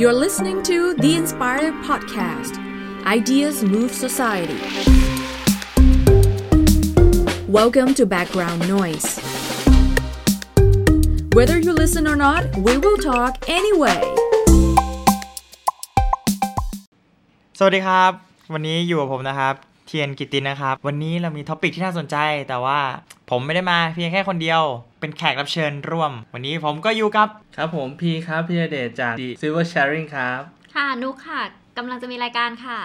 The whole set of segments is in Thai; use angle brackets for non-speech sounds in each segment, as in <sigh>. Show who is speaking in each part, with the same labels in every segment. Speaker 1: You're listening to The Inspired Podcast Ideas Move Society. Welcome to Background Noise. Whether you listen or not, we will talk anyway.
Speaker 2: สวัสดีครับ วันนี้อยู่กับผมนะครับ เทียนกิตตินนะครับ วันนี้เรามีท็อปิกที่น่าสนใจ แต่ว่าผมไม่ได้มาเพียงแค่คนเดียว เป็นแขกรับเชิญร่วม วันนี้ผมก็อยู่กับ <laughs>
Speaker 3: ครับผมพีครับพีเดชจาก The Silver Sharing ครับ
Speaker 4: ค่ะ นุกค่ะกำลังจะมีรายการค่ะ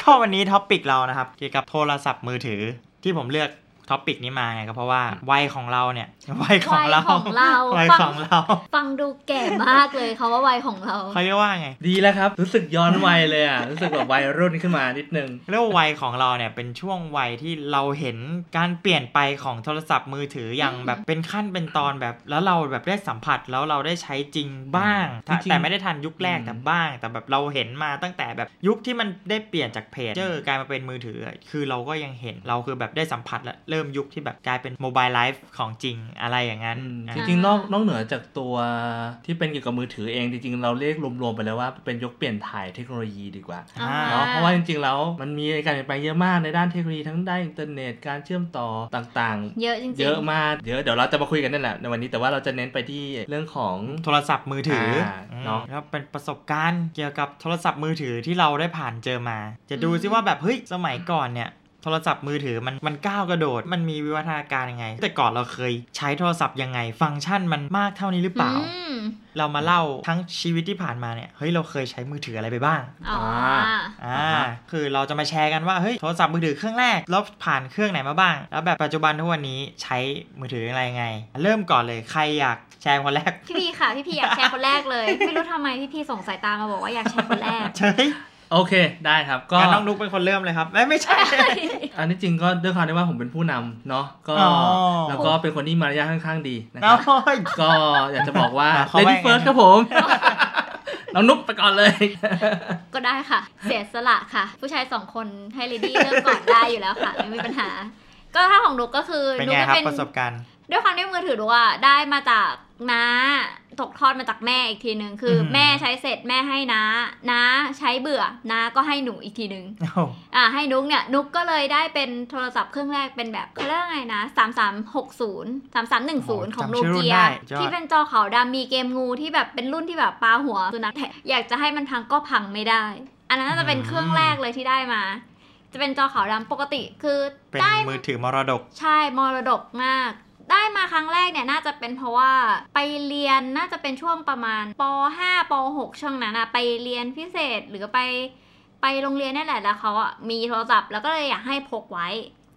Speaker 2: ก็วันนี้ท็อปิกเรานะครับ เกี่ยวกับโทรศัพท์มือถือที่ผมเลือกท็อปิกนี้มาเนี่ยก็เพราะว่าวัยของเราเนี่ยวัยของเรา
Speaker 4: วัยของเรา
Speaker 2: วัยของเรา
Speaker 4: ฟังดูแก่มากเลยเขาว่าวัยของเรา
Speaker 2: เขาเรียกว่าไง
Speaker 3: ดีแล้วครับ รู้สึกย้อนวัยเลยอ่ะ <laughs> รู้สึกแบบวัยรุ่นขึ้นมานิดนึง
Speaker 2: เรียกว่าวัยของเราเนี่ยเป็นช่วงวัยที่เราเห็นการเปลี่ยนไปของโทรศัพท์มือถืออย่าง
Speaker 4: อืม
Speaker 2: แบบเป็นขั้นเป็นตอนแบบแล้วเราแบบได้สัมผัสแล้วเราได้ใช้จริงบ้างแต่
Speaker 3: จริงๆ
Speaker 2: แต่ไม่ได้ทันยุคแรก
Speaker 3: อืม
Speaker 2: แต่บ้าง แต่แบบเราเห็นมาตั้งแต่แบบยุคที่มันได้เปลี่ยนจากเพจเจอกลายมาเป็นมือถือ คือเราก็ยังเห็นเราคือแบบได้สัมผัสและเริ่มยุคที่แบบกลายเป็นโมบายไลฟ์ของจริงอะไรอย่างนั้น
Speaker 3: อืม
Speaker 2: อ่ะ
Speaker 3: จริงๆนอกนอกเหนือจากตัวที่เป็นเกี่ยวกับมือถือเอง จริงๆ เราเรียกรวมๆไปเลยว่าเป็นยกเปลี่ยนถ่ายเทคโนโลยีดีกว่า
Speaker 4: อ่า
Speaker 3: เนาะเพราะว่าจริงๆ แล้วมันมีการเปลี่ยนแปลงเยอะมากในด้านเทคโนโลยีทั้งด้านอินเทอร์เน็ตการเชื่อมต่อต่าง
Speaker 4: เยอะจริง
Speaker 3: ๆ
Speaker 4: ๆ
Speaker 3: เยอะมากเดี๋ยวเดี๋ยวเราจะมาคุยกันนั่นแหละในวันนี้แต่ว่าเราจะเน้นไปที่เรื่องของ
Speaker 2: โทรศัพท์มือถืออา อืม
Speaker 3: เนาะ
Speaker 2: แล้วเป็นประสบการณ์เกี่ยวกับโทรศัพท์มือถือที่เราได้ผ่านเจอมา จะดูซิว่าแบบเฮ้ยสมัยก่อนเนี่ยโทรศัพท์มือถือมันมันก้าวกระโดด มันมีวิวัฒนาการยังไง แต่ก่อนเราเคยใช้โทรศัพท์ยังไง ฟังก์ชันมันมากเท่านี้หรือเปล่า
Speaker 4: อืม
Speaker 2: เรามาเล่าทั้งชีวิตที่ผ่านมาเนี่ยเฮ้ยเราเคยใช้มือถืออะไรไปบ้าง
Speaker 4: อ๋อ
Speaker 3: อ่า
Speaker 2: อ่า
Speaker 3: อ่าฮะ
Speaker 2: คือเราจะมาแชร์กันว่าเฮ้ยโทรศัพท์มือถือเครื่องแรกแล้วผ่านเครื่องไหนมาบ้าง แล้วแบบปัจจุบันทุกวันนี้ใช้มือถืออะไรยังไง เริ่มก่อนเลยใครอยากแชร์คนแรก <laughs>
Speaker 4: พี่พีค่ะ พี่พีอยากแชร์คนแรกเลย ไม่รู้ทำไมพี่พีส่งสายตามาบอกว่าอยากแชร์คนแรก
Speaker 2: เฉย
Speaker 3: โอเคได้ครับก็
Speaker 2: ก็น้องนุกเป็นคนเริ่มเลยครับไม่ไม่ใช่
Speaker 3: อันนี้จริงก็ด้วยความที่ว่าผมเป็นผู้นำเนาะก็
Speaker 2: อ๋อ
Speaker 3: แล้วก็เป็นคนที่มารยาทค่อนข้างดีนะค
Speaker 2: น้
Speaker 3: รั
Speaker 2: อบ
Speaker 4: <laughs>
Speaker 2: ย
Speaker 3: ก็อยากจะบอกว่า
Speaker 2: เขาว่า
Speaker 3: Lady First ครับผม น้องนุ๊กไปก่อนเลย
Speaker 4: ก็ได้ค่ะ เสียสละค่ะ ผู้ชายสองคนให้เลดี้เริ่มก่อนได้อยู่แล้วค่ะ ไม่มีปัญหา ก็ถ้าของนุกก็คือ
Speaker 2: เป็น
Speaker 4: นุก
Speaker 2: ไง
Speaker 4: จะ
Speaker 2: ครับ
Speaker 4: เป็น
Speaker 2: ประสบการณ์
Speaker 4: ด้วยความที่มือถือรู้ว่าได้มาจากน้าตกทอดมาจากแม่อีกทีหนึ่งคืออ
Speaker 2: ม
Speaker 4: แม่ใช้เสร็จแม่ให้น้าน้าใช้เบื่อน้าก็ให้หนูอีกทีหนึ่ง
Speaker 2: โอ้โห
Speaker 4: อ่าให้นุกเนี่ยนุกก็เลยได้เป็นโทรศัพท์เครื่องแรกเป็นแบบเขาเรียกว่าไงนะ3 3 6 0 3 3 1 0 ของโน
Speaker 2: จำชื่อรุ่น
Speaker 4: เกีย
Speaker 2: ได้ยอด
Speaker 4: ที่เป็นจอขาวดำมีเกมงูที่แบบเป็นรุ่นที่แบบปลาหัวสุนัขแทะอยากจะให้มันพังก็พังไม่ได้ อันนั้นน่าจะเป็นเครื่องแรกเลยที่ได้มา จะเป็นจอขาวดำปกติคือ
Speaker 2: เป็น
Speaker 4: ได้
Speaker 2: มือถือมรดก
Speaker 4: ใช่มรดกมาก ได้มาครั้งแรกเนี่ยน่าจะเป็นเพราะว่าไปเรียนน่าจะเป็นช่วงประมาณป .5 ป .6 ช่วงนั้นอะไปเรียนพิเศษหรือไป ไปโรงเรียนนี่แหละแล้วเขาอะมีโทรศัพท์แล้วก็เลยอยากให้พกไว้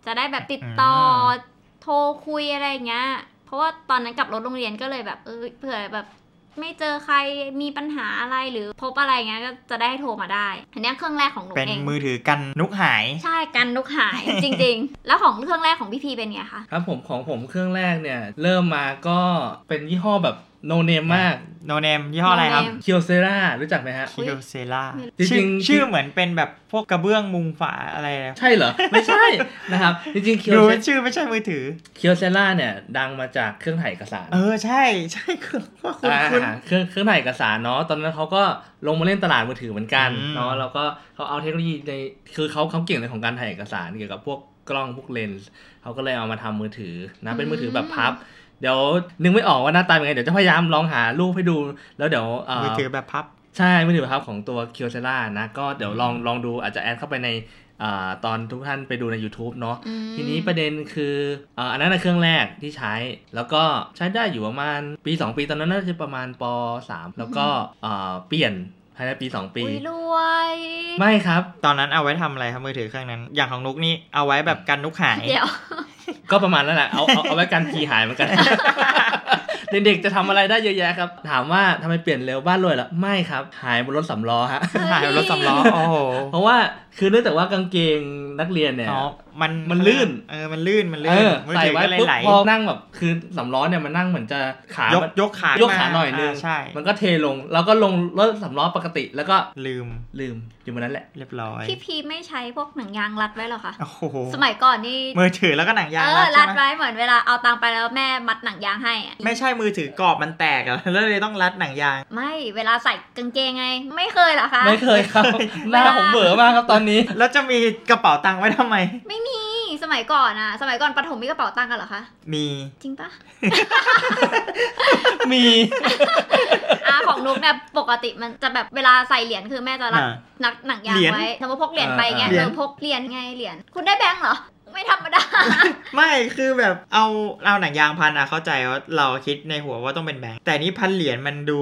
Speaker 4: จะได้แบบติดต่ออโทรคุยอะไรอย่างเงี้ย เพราะว่าตอนนั้นกลับรถโรงเรียนก็เลยแบบเออเผื่อแบบ ไม่เจอใครมีปัญหาอะไรหรือพบอะไรอย่างเงี้ยก็จะได้โทรมาได้อันเนี้ยเครื่องแรกของหนู
Speaker 2: เป็น
Speaker 4: เอง
Speaker 2: มือถือกันนุกหาย
Speaker 4: ใช่กันนกหายจริง ๆ แล้วของเครื่องแรกของพี่พีเป็นไงคะ
Speaker 3: ครับผมของผมเครื่องแรกเนี่ย เริ่มมาก็เป็นยี่ห้อแบบโนเนมมาก
Speaker 2: โนเนมยี่ห้ออะไรครับ
Speaker 4: No name
Speaker 3: เคียวเซรารู้จักไหมฮะ
Speaker 4: อุ๊
Speaker 2: คิ
Speaker 4: ย
Speaker 2: โยเซล่า
Speaker 3: จริงๆ
Speaker 2: ชื่อ
Speaker 3: จริง
Speaker 2: ชื่อเหมือนเป็นแบบพวกกระเบื้องมุงฝาอะไรนะ
Speaker 3: ใช่เหรอ ไม่ใช่นะครับ จริงๆเคียว
Speaker 2: ดู
Speaker 3: เซ
Speaker 2: ชื่อไม่ใช่มือถือ
Speaker 3: เคียวเซราเนี่ยดังมาจากเครื่องถ่ายเอกสาร
Speaker 2: เออใช่ใช่คือว่าคุณ
Speaker 3: อ่า
Speaker 2: คุณ
Speaker 3: เครื่องเครื่องถ่ายเอกสารเนาะตอนนั้นเขาก็ลงมาเล่นตลาดมือถือเหมือนกัน
Speaker 2: อืม
Speaker 3: เนาะแล้วก็เขาเอาเทคโนโลยีในคือเขาเขาเก่งในของการถ่ายเอกสารเกี่ยวกับพวกกล้องพวกเลนส์เขาก็เลยเอามาทำมือถือนะเป็นมือถือแบบพับ เดี๋ยวนึกไม่ออกว่าหน้าตาเป็นไงเดี๋ยวจะพยายามลองหารูปให้ดู แล้วเดี๋ยวเอ่อ
Speaker 2: มือถือแบบพับ
Speaker 3: ใช่มือถือแบบพับของตัวเคียวเซล่านะก็เดี๋ยวลองลองดูอาจจะแอดเข้าไปในอ่าตอนทุกท่านไปดูใน YouTube เนาะ
Speaker 4: อืม
Speaker 3: ทีนี้ประเด็นคือเอ่ออันนั้นนะเครื่องแรกที่ใช้ แล้วก็ใช้ได้อยู่ประมาณปี 2 ปีตอนนั้นน่าจะประมาณป .3 แล้วก็เอ่อเปลี่ยนภายในปี 2 ปี
Speaker 4: อุ๊ยรวย
Speaker 3: ไม่ครับ
Speaker 2: ตอนนั้นเอาไว้ทำอะไรครับมือถือเครื่องนั้น อย่างของนุกนี่เอาไว้แบบกันนุกหาย
Speaker 4: เดี๋ยว
Speaker 3: ก็ประมาณนั้นแหละเอาเอาเอาไว้กันพีหายเหมื
Speaker 4: <laughs>
Speaker 3: อนกัน เด็กๆจะทำอะไรได้เยอะแยะครับ ถามว่าทำไมเปลี่ยนเร็วบ้านรวยเหรอไม่ครับ หายบนรถสำล้อฮะ
Speaker 2: หายบนรถสำล้อโอ้โห
Speaker 3: เพราะว่าคือเนื่องจากว่ากางเกงนักเรียนเนี่ย
Speaker 2: อ๋อ มัน
Speaker 3: มันลื่น
Speaker 2: เออมันลื่นมันลื่
Speaker 3: เอน อ
Speaker 2: มือ
Speaker 3: ใส่
Speaker 2: ถือ
Speaker 3: ไว้
Speaker 2: ก็เลย
Speaker 3: ปุ๊บ
Speaker 2: ไหล
Speaker 3: พอนั่งแบบคือสำล้อเนี่ยมันนั่งเหมือนจะขาย
Speaker 2: ก
Speaker 3: มัน
Speaker 2: ยกขาย
Speaker 3: กขาหน่อยนึง
Speaker 2: าใช่
Speaker 3: มันก็เทลง แล้วก็ลงรถสำล้อปกติแล้วก็
Speaker 2: ลืม
Speaker 3: ลืมอยู่บนนั้นแหละ
Speaker 2: เรียบร้อย
Speaker 4: พี่พีไม่ใช้พวกหนังยางรัดไว้หรอคะ
Speaker 2: โอ้โห
Speaker 4: สมัยก่อนนี่
Speaker 2: มือถือแล้วก็หนังยาง
Speaker 4: เอ
Speaker 2: รั
Speaker 4: อ
Speaker 2: ด
Speaker 4: รั
Speaker 2: ใช่
Speaker 4: ด
Speaker 2: ไหม
Speaker 4: ไว้เหมือนเวลาเอาตังค์ไปแล้วแม่มัดหนังยางให้อะ
Speaker 2: ไม่ใช่มือถือกรอบมันแตกอะ <laughs> แล้วเลยต้องรัดหนังยาง
Speaker 4: ไม่เวลาใส่กางเกงไง ไม่เคยเหรอคะ
Speaker 3: ไม่เคยครับ หน้าผมเบื่อมากครับตอนนี้
Speaker 2: แล้วจะมีกระเป๋าตังค์ไว้
Speaker 4: <laughs>
Speaker 2: ทำไม
Speaker 4: ไม่มีสมัยก่อนอะสมัยก่อนประถมมีกระเป๋าตังค์กันเหรอคะ
Speaker 2: มี
Speaker 4: จริงปะ
Speaker 3: มี
Speaker 4: อ่ะของนุกเนี่ยปกติมันจะแบบเวลาใส่เหรียญคือแม่จะรัด
Speaker 2: อ่า
Speaker 4: นักหนังยาง
Speaker 2: เหรียญ
Speaker 4: ไว้สมมติพกเหรียญไปเงี้ย
Speaker 2: เหรียญ
Speaker 4: เออพกเหรียญไงเหรียญคุณได้แบงค์เหรอ ไม่ธรรมดา
Speaker 2: ไม่คือแบบเอาเอาหนังยางพันอะเข้าใจว่าเราคิดในหัวว่าต้องเป็นแบงค์แต่นี่พันเหรียญมันดู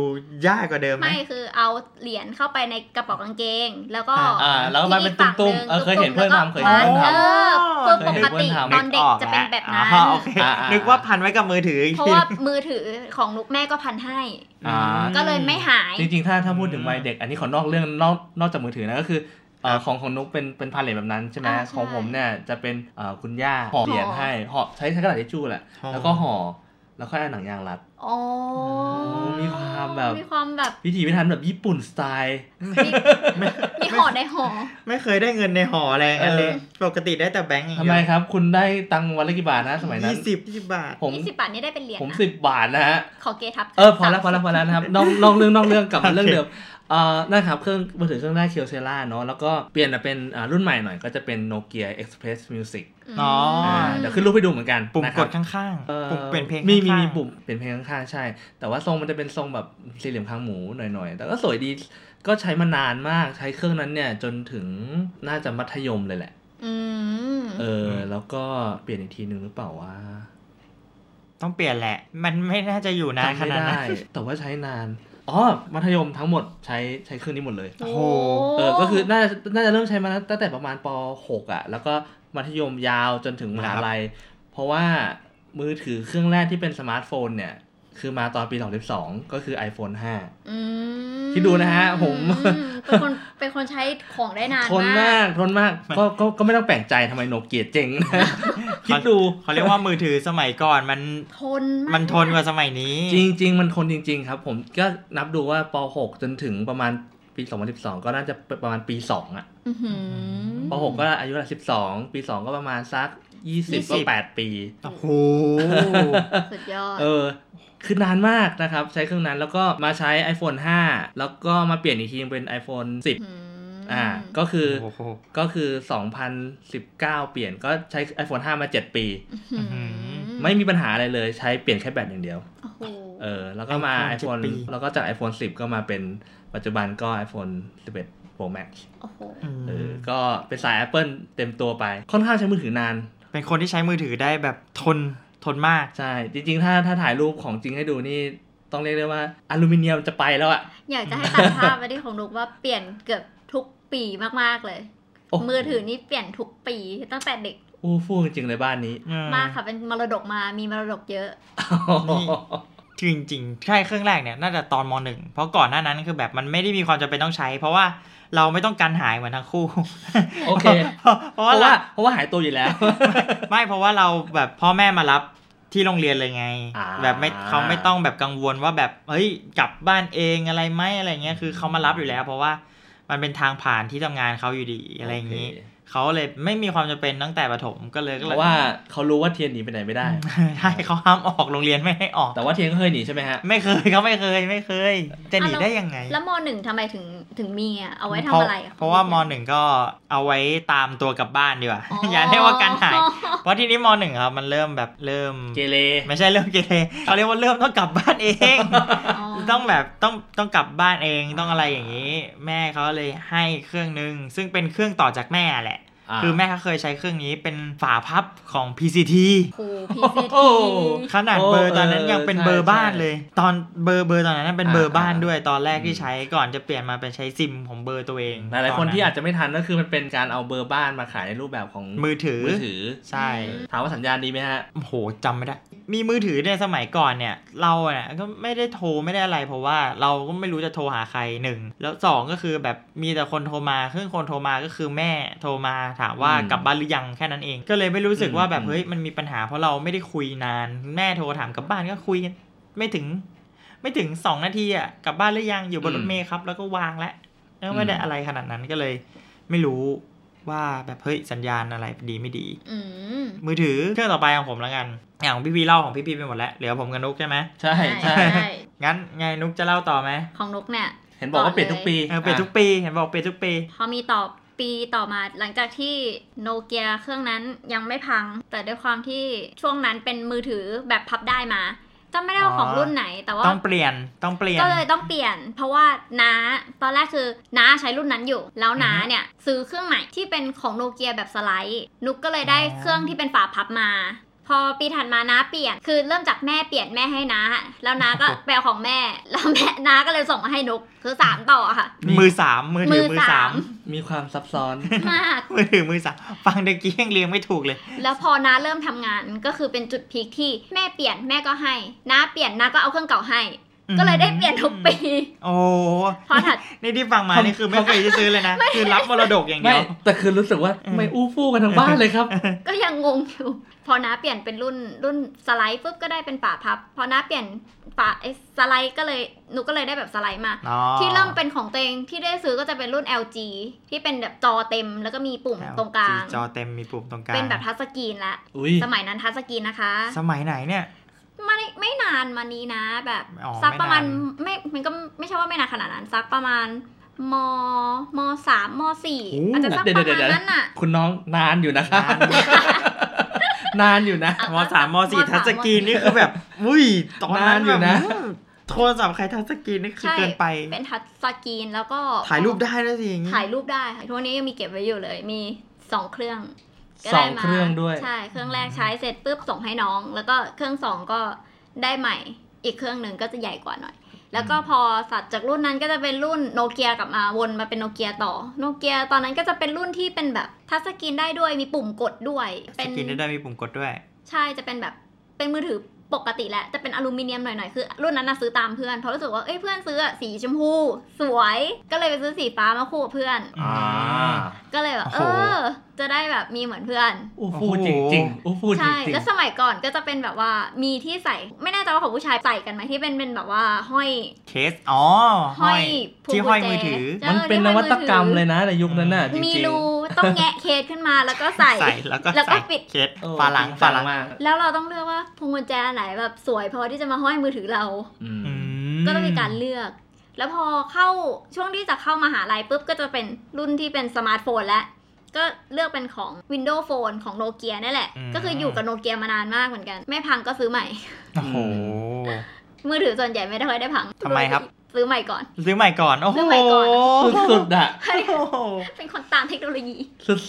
Speaker 2: ยากกว่าเดิมไหม
Speaker 4: ไม่
Speaker 2: <laughs>
Speaker 4: คือเอาเหรียญเข้าไปในกระเป๋ากางเกง แล้วก็
Speaker 2: อ่า
Speaker 3: อ่า แล้วก็มันเป็นตุ้มๆเออเคยเห็นเพื่อนทำเคยเห็นเพื่อนท
Speaker 4: เออ
Speaker 2: อ๋อ
Speaker 4: ปกติตอนเด็กจะเป็นแบบนั้น
Speaker 2: อ๋อโอเค
Speaker 3: อ่าอ่า
Speaker 2: นึกว่าพันไว้กับมือถืออีก
Speaker 4: เพราะ
Speaker 2: ที
Speaker 4: ว่ามือถือของนุกแม่ก็พันให้
Speaker 3: อ่า
Speaker 4: ก็เลยไม่หาย
Speaker 3: ำจริงๆ ถ้าถ้าพูดถึงวัยเด็ก อันนี้ขอนอกเรื่องนอกนอกจากมือถือนะก็คือเอ่อของของนุกเป็นเป็นพาเลทแบบนั้นใช่ไหม
Speaker 4: อ่าใช่
Speaker 3: ของผมเนี่ยจะเป็นเอ่อคุณย่าห่อเหรียญให้ห่อใช้ใช้กระดาษทิชชู่แหละแล้วก็ห่อแล้วก็เอาหนังยางรัด
Speaker 4: โอ้
Speaker 3: มีความแบบ
Speaker 4: มีความแบบ
Speaker 3: พิธีพิธันแบบญี่ปุ่นสไตล์
Speaker 4: มีมีห่อในห่อ
Speaker 2: ไม่เคยได้เงินในหออะไรอันเลยปกติได้แต่แบงค์อย่าง
Speaker 3: ทำ
Speaker 2: เดี
Speaker 3: ไม
Speaker 2: ยว
Speaker 3: ครับ คุณได้ตังค์วันละกี่บาทนะสมัยนั้น
Speaker 2: ยี่สิบยี่สิบบาท
Speaker 3: ผม
Speaker 4: ยี่สิบบาทนี่ได้เป็นเหรียญ
Speaker 3: ผม
Speaker 4: นะ
Speaker 3: สิบบาทนะฮะ
Speaker 4: ขอเกทับ
Speaker 3: เออพอแล้วพอแล้วพอแล้วนะครับนอกนอกเรื่อง <laughs> นอกเรื่องกลับมาเรื่องเดิมเอ่อนะครับเครื่องมือถือเครื่องแรกเคียวเซล่าเนาะแล้วก็เปลี่ยนมาเป็นอ่ารุ่นใหม่หน่อยก็จะเป็นโนเกียเอ็กซ์เพรสมิวสิก
Speaker 4: ม
Speaker 2: อ๋ออ่
Speaker 3: เดี๋ยวขึ้นรูปไปดูเหมือนกัน
Speaker 2: ปุ่ม
Speaker 3: นะค
Speaker 2: ก
Speaker 3: รั
Speaker 2: ด
Speaker 3: บ
Speaker 2: ข้าง
Speaker 3: อ่
Speaker 2: ๆ
Speaker 3: อ
Speaker 2: ปุ่มเปลี่ยนเพลง
Speaker 3: มีมี
Speaker 2: ข้างๆ
Speaker 3: มีปุ่มเปลี่ยนเพลงข้างๆใช่ แต่ว่าทรงมันจะเป็นทรงแบบสี่เหลี่ยมคางหมูหน่อยๆ แต่ก็สวยดีก็ใช้มานานมากใช้เครื่องนั้นเนี่ยจนถึงน่าจะมัธยมเลยแหละ
Speaker 4: อืม
Speaker 3: เออแล้วก็เปลี่ยนอีกทีหนึ่งหรือเปล่าว่า
Speaker 2: ต้องเปลี่ยนแหละ มันไม่น่าจะอยู่นาน
Speaker 3: จำ
Speaker 2: ข
Speaker 3: ไม่
Speaker 2: นาดนั้น
Speaker 3: ได้แต่ว่าใช้นานอ๋อมัธยมทั้งหมดใช้ใช้เครื่องนี้หมดเลย
Speaker 2: โอ้โห
Speaker 3: เออ ก็คือน่าจะน่าจะเริ่มใช้มาตั้งแต่ประมาณป .6 อ่ะ แล้วก็มัธยมยาวจนถึงมหาลัย เพราะว่ามือถือเครื่องแรกที่เป็นสมาร์ทโฟนเนี่ย คือมาตอนปี 2012 ก็คือ iPhone 5
Speaker 4: อืม
Speaker 3: คิดดูนะฮะผม
Speaker 4: เป็นคนเป็นคนใช้ของได้นาน
Speaker 3: ทน
Speaker 4: มาม
Speaker 3: าก ก ทนมาก ก็ก็ก็ไม่ต้องแปลกใจทำไมโนเกียเจ๋ง <laughs> นะ คิดดู
Speaker 2: เขาเรียกว่ามือถือสมัยก่อนมัน
Speaker 4: ทนมาก
Speaker 2: มันทนกว่าสมัยนี้
Speaker 3: จริงจริง ๆ มันทนจริง ๆ ครับ ผมก็นับดูว่าป .6 จนถึงประมาณปี 2012 ก็น่าจะประมาณปี 2 อ่ะ
Speaker 4: อื้อหือ
Speaker 3: ป .6 ก็อายุละ12 ปี 2 ก็ประมาณสัก 20ก็
Speaker 2: 20
Speaker 3: แปดปี
Speaker 2: โอ้โห
Speaker 4: สุดยอด
Speaker 3: เออ คือนานมากนะครับ ใช้เครื่องนั้นแล้วก็มาใช้ iPhone 5 แล้วก็มาเปลี่ยนอีกทีเป็น iPhone 10 อ่า ก็คือ
Speaker 2: โอ้โห
Speaker 3: ก็คือ 2019 เปลี่ยนก็ใช้ iPhone 5 มา 7 ปี
Speaker 4: อืม
Speaker 3: ไม่มีปัญหาอะไรเลยใช้เปลี่ยนแค่แบตอย่างเดียว
Speaker 4: โอ้โห
Speaker 3: เออ แล้วก็มา
Speaker 2: iPhone
Speaker 3: iPhone
Speaker 2: 7ปี
Speaker 3: แล้วก็จาก iPhone 10 ก็มาเป็นปัจจุบันก็ iPhone 11 Pro Max
Speaker 4: โอ้โห
Speaker 3: เออ
Speaker 2: ม
Speaker 3: ก็เป็นสาย Apple เต็มตัวไป ค่อนข้างใช้มือถือนาน
Speaker 2: เป็นคนที่ใช้มือถือได้แบบทนทนมาก
Speaker 3: ใช่ จริง ๆ ถ้าถ้าถ่ายรูปของจริงให้ดูนี่ต้องเรียกได้ว่าอลูมิเนียมจะไปแล้วอะ
Speaker 4: อยากจะให้ตัดภาพไปที่ของนุกว่าเปลี่ยนเกือบทุกปีมากๆเลย
Speaker 3: โโห
Speaker 4: มือถือนี่เปลี่ยนทุกปีตั้งแต่เด็ก
Speaker 3: อู้ฟู่จริงๆเลยบ้านนี้
Speaker 4: มากค่ะเป็นมรดกมามีมรดกเยอะ
Speaker 2: นี่ จริงจริงๆใช่เครื่องแรกเนี่ยน่าจะตอนมหนึ่งเพราะก่อนหน้านั้นคือแบบมันไม่ได้มีความจำเป็นต้องใช้ เพราะว่าเราไม่ต้องการหายเหมือนทั้งคู่
Speaker 3: โอเค
Speaker 2: เพราะ
Speaker 3: <laughs> เพ
Speaker 2: ว่าเรา
Speaker 3: ราะว่าเพราะว่าหายตัวอยู่แล้ว
Speaker 2: ไม่เพราะว่าเราแบบพ่อแม่มารับที่โรงเรียนเลยไง
Speaker 3: อ่า
Speaker 2: แบบไม่เขาไม่ต้องแบบกังวลว่าแบบเฮ้ยกลับบ้านเองอะไรไหมอะไรเงี้ยคือเขามารับอยู่แล้ว เพราะว่ามันเป็นทางผ่านที่ทำงานเขาอยู่ดี <laughs> อะไรอย่างนี้
Speaker 3: โเค
Speaker 2: เขาเลยไม่มีความจำเป็นตั้งแต่ประถมก็เลยก็
Speaker 3: เพ
Speaker 2: เลย
Speaker 3: ราะว่าเขารู้ว่าเทียนหนีไปไหนไม่ได้
Speaker 2: <laughs> ใช่เขาห้ามออกโรงเรียนไม่ให้ออก
Speaker 3: แต่ว่าเทียนก็เคยหนีใช่ไหมฮะ
Speaker 2: ไม่เคยเขาไม่เคยไม่เคย จะหนี
Speaker 4: อ่ะแล้ว
Speaker 2: ได้ยังไง
Speaker 4: แล้วมหนึ่งทำไมถึงถึงมีอ่ะเอาไว้ทำอะไรอ
Speaker 2: เพราเพราะว่ามหนึ่งก็เอาไว้ตามตัวกลับบ้านดีกว่า อย่าเรียกว่าการหาย เพราะทีนี้มหนึ่งครับมันเริ่มแบบเริ่ม
Speaker 3: เกเร
Speaker 2: ไม่ใช่เริ่มเกเรเขาเรียกว่าเริ่มต้องกลับบ้านเอง
Speaker 3: <laughs>
Speaker 4: อ๋อ
Speaker 2: ต้องแบบต้องต้องกลับบ้านเองต้องอะไรอย่างนี้ แม่เขาเลยให้เครื่องนึง ซึ่งเป็นเครื่องต่อจากแม่แหละ
Speaker 3: า
Speaker 2: คือแม่เขาเคยใช้เครื่องนี้เป็นฝาพับของ PCT
Speaker 4: โอ้โหพีซี
Speaker 3: โอ้
Speaker 4: ที
Speaker 3: โห
Speaker 2: ขนาดเบอร์ตอนนั้นยังเป็นเบอร์
Speaker 3: เออใช่
Speaker 2: บ้านเลย ตอนเบอร์เบอร์ตอนนั้นนะเป็นเบอร์
Speaker 3: อ่า
Speaker 2: บ้าน
Speaker 3: อ่า
Speaker 2: ด้วยตอนแรกที่ใช้ก่อนจะเปลี่ยนมาเป็นใช้ซิมของเบอร์ตัวเอง
Speaker 3: หลายๆคนที่อาจ
Speaker 2: ต
Speaker 3: จะไม่ทันก็คือมันเป็นการเอาเบอร์บ้านมาขายในรูปแบบของ
Speaker 2: นนั้นมือถือ
Speaker 3: มือถือ
Speaker 2: ใช่
Speaker 3: ถามว่าสัญญาณดีไหมฮะ
Speaker 2: โอ้โหจำไม่ได้ มีมือถือในยสมัยก่อนเนี่ย เราเนี่ยก็ไม่ได้โทรไม่ได้อะไรเพราะว่าเราก็ไม่รู้จะโทรหาใครหนึ่งแล้วสองก็คือแบบมีแต่คนโทรมาซึ่งคนโทรมาก็คือแม่โทรมา ถามว่า
Speaker 3: อืม
Speaker 2: กลับบ้านหรือยังแค่นั้นเอง ก็เลยไม่รู้สึกว่าแบบเฮ้ยมันมีปัญหาเพราะเราไม่ได้คุยนาน แม่โทรถามกลับบ้านก็คุยกันไม่ถึง ไม่ถึงสองนาทีอ่ะกลับบ้านหรือยังอยู่บนรถเมล์ครับ แล้วก็วางแล้วแล้วไม่ได้อะไรขนาดนั้นก็เลย ไม่รู้ว่าแบบเฮ้ยสัญญาณอะไรดีไม่ดี
Speaker 4: อืม
Speaker 2: มือถือเครื่องต่อไปของผมแล้วกันอย่างของพี่พีเล่าของพี่พีไปหมดแล้วเหลือผมกับนุกใช่ไหม
Speaker 3: ใช่ใช่
Speaker 4: ใช่
Speaker 2: งั้นไงนุกจะเล่าต่อไหม
Speaker 4: ของนกเนี่ย
Speaker 3: เห็นบอกว่าเปลี่ยนทุกปี
Speaker 2: เออเปลี่ยนทุกปีเห็นบอกเปลี่ยนทุกปี
Speaker 4: พอมีต่อปีต่อมาหลังจากที่โนเกียเครื่องนั้นยังไม่พัง แต่ด้วยความที่ช่วงนั้นเป็นมือถือแบบพับได้มาจำไม่ได้ว่าของรุ่นไหนแต่ว่า
Speaker 2: ต้องเปลี่ยนต้องเปลี่ยน
Speaker 4: ก็เลยต้องเปลี่ยน เพราะว่าน้าตอนแรกคือน้าใช้รุ่นนั้นอยู่ แล้วน้า
Speaker 2: อือฮึ
Speaker 4: เนี่ยซื้อเครื่องใหม่ที่เป็นของโนเกียแบบสไลด์นุกก็เลยได้
Speaker 2: อ๋อ
Speaker 4: เครื่องที่เป็นฝาพับมา พอปีถัดมาน้าเปลี่ยนคือเริ่มจากแม่เปลี่ยนแม่ให้น้าแล้วน้าก็ แปลของแม่แล้วแม่น้าก็เลยส่งมาให้นุกคือสามต่อค่ะ
Speaker 2: มือสามมือถือมือสาม
Speaker 3: มีความซับซ้อน
Speaker 4: มาก
Speaker 2: มือถือมือสามฟังเด็กกี้ยังเรียงไม่ถูกเลย
Speaker 4: แล้วพอน้าเริ่มทำงานก็คือเป็นจุดพีคที่แม่เปลี่ยนแม่ก็ให้น้าเปลี่ยนน้าก็เอาเครื่องเก่าให้ ก็เลยได้เปลี่ยนทุกปี
Speaker 2: โอ้โห
Speaker 4: พอถัด
Speaker 2: นี่ที่ฟังมานี่คือไม่เคยจะซื้อเลยนะ คือรับมรดกอย่างเดี
Speaker 3: ไม่
Speaker 2: ยว
Speaker 3: แต่คือรู้สึกว่า
Speaker 2: อืม
Speaker 3: ไม่อู้ฟู่กันทั้งบ้านเลยครับ
Speaker 4: ก็ยังงงอยู่ พอน้าเปลี่ยนเป็นรุ่นรุ่นสไลด์ปุ๊บก็ได้เป็นฝาพับ พอน้าเปลี่ยนฝาไอ้สไลด์ก็เลยหนูก็เลยได้แบบสไลด์มา
Speaker 2: อ๋อ
Speaker 4: ที่เริ่มเป็นของตัวเองที่ได้ซื้อก็จะเป็นรุ่น LG ที่เป็นแบบจอเต็มแล้วก็มีปุ่ม
Speaker 2: LG
Speaker 4: ตรงกลาง
Speaker 2: จอเต็มมีปุ่มตรงกลาง
Speaker 4: เป็นแบบทัชสกรีนละ
Speaker 3: อุ้ย
Speaker 4: สมัยนั้นทัชสกรีนนะคะ
Speaker 2: สมัยไหนเนี่ย
Speaker 4: ไม่ไม่นานมานี้นะแบบ
Speaker 2: อ๋อ
Speaker 4: สักประมาณ
Speaker 2: ไม่นาน
Speaker 4: ไม่มันก็ไม่ใช่ว่าไม่นานขนาดนั้นสักประมาณมมสามมสี่อาจจะสักประมาณนั้นน่ะ
Speaker 3: คุณน้องนานอยู่นะคะ
Speaker 2: นาน
Speaker 3: นานอยู่นะ
Speaker 2: มสามมสี่ทัชสกรีนนี่คือ
Speaker 4: <laughs>
Speaker 2: แบบอุ้ยตอนนั้น
Speaker 3: นานอ
Speaker 2: แบ
Speaker 3: ยู่
Speaker 2: บ
Speaker 3: นะ
Speaker 2: อืมโทรศัพท์ใครทัชสกรีนนี่คือ
Speaker 4: ใช่
Speaker 2: เกินไป
Speaker 4: เป็นทัชสกรีนแล้วก็
Speaker 2: ถ่ายรูปได้ด้วยสิอย่างงี้
Speaker 4: ถ่ายรูปได้ค่ะทุกวันนี้ยังมีเก็บไว้อยู่เลย มีสองเครื่องก็
Speaker 3: สอ
Speaker 4: ได้
Speaker 3: ง
Speaker 4: มา
Speaker 3: เครื่องด้วย
Speaker 4: ใช่ เครื่องแรกใช้เสร็จปุ๊บส่งให้น้อง แล้วก็เครื่องสองก็ได้ใหม่ อีกเครื่องหนึ่งก็จะใหญ่กว่าหน่อย แล้วก็พอสัตว์จากรุ่นนั้นก็จะเป็นรุ่นโนเกียกลับมาวนมาเป็นโนเกียต่อ โนเกียตอนนั้นก็จะเป็นรุ่นที่เป็นแบบทัชสกรีนได้ด้วย มีปุ่มกดด้วย
Speaker 2: สกรีนได้ด้วยมีปุ่มกดด้วย
Speaker 4: ใช่ จะเป็นแบบ เป็นมือถือปกติแหละ จะเป็นอลูมิเนียมหน่อยๆ คือรุ่นนั้นนะซื้อตามเพื่อน เพราะรู้สึกว่า เอ้ย เพื่อนซื้ออะสีชมพู สวย ก็เลยไปซื้อสีฟ้ามาคู่กับเพื่อน
Speaker 2: อ่า
Speaker 4: ก็เลยแบบ
Speaker 2: โอ้
Speaker 4: เอ
Speaker 2: โห
Speaker 4: อ จะได้แบบมีเหมือนเพื่อน
Speaker 3: อู้ฟู่จริงจริงๆอู้ฟู่จริ
Speaker 4: ใช่
Speaker 3: งจริง
Speaker 4: แล้วสมัยก่อนก็จะเป็นแบบว่า มีที่ใส่ ไม่แน่ใจว่าของผู้ชายใส่กันไหมที่เป็นเป็นแบบว่าห้อย
Speaker 2: เคสอ๋อ
Speaker 4: ห้อยพวง
Speaker 2: ที่
Speaker 4: กุ
Speaker 2: ห้
Speaker 4: ญแจ
Speaker 2: อยมือถือ
Speaker 4: ใช่
Speaker 3: มันเป็นน
Speaker 4: ที่ห้อย
Speaker 3: วั
Speaker 4: อ
Speaker 3: ต
Speaker 4: ถือก
Speaker 3: รรมเลยนะในยุคนั้นน่ะจริง
Speaker 4: มี
Speaker 3: ๆ
Speaker 4: รูต้องแงะเคสขึ้นมาแล้วก็ใส่
Speaker 2: ใส่แล้วก็
Speaker 4: แล้วก็
Speaker 2: ใส่
Speaker 4: ปิด
Speaker 2: เคส
Speaker 3: เออ
Speaker 2: ฝาหลัง
Speaker 3: จริ
Speaker 2: ฝาหลัง
Speaker 3: จัมาก
Speaker 4: แล้วเราต้องเลือกว่าพวงกุญแจอันไหนแบบสวยพอที่จะมาห้อยมือถือเรา
Speaker 3: อืม
Speaker 2: อืม
Speaker 4: ก็ต้องมีการเลือก แล้วพอเข้าช่วงที่จะเข้ามาหาลัยปุ๊บ ก็จะเป็นรุ่นที่เป็นสมาร์ทโฟนแล้ว ก็เลือกเป็นของ Windows Phone ของโนเกียนี่แหละ ก็คืออยู่กับโนเกียมานานมากเหมือนกัน ไม่พังก็ซื้อใหม่ <laughs>
Speaker 2: โอ้โห
Speaker 4: มือถือส่วนใหญ่ไม่ได้ค่อยได้พัง
Speaker 2: ทำไมครับ
Speaker 4: ซื้อใหม่ก่อน
Speaker 2: ซื้อใหม่ก่อน โอ้
Speaker 4: ซื้
Speaker 2: โห
Speaker 4: อใหม่ก่อน
Speaker 3: สุดๆอ่ะ
Speaker 2: โอ้โห
Speaker 4: เป็นคนตามเทคโนโลยี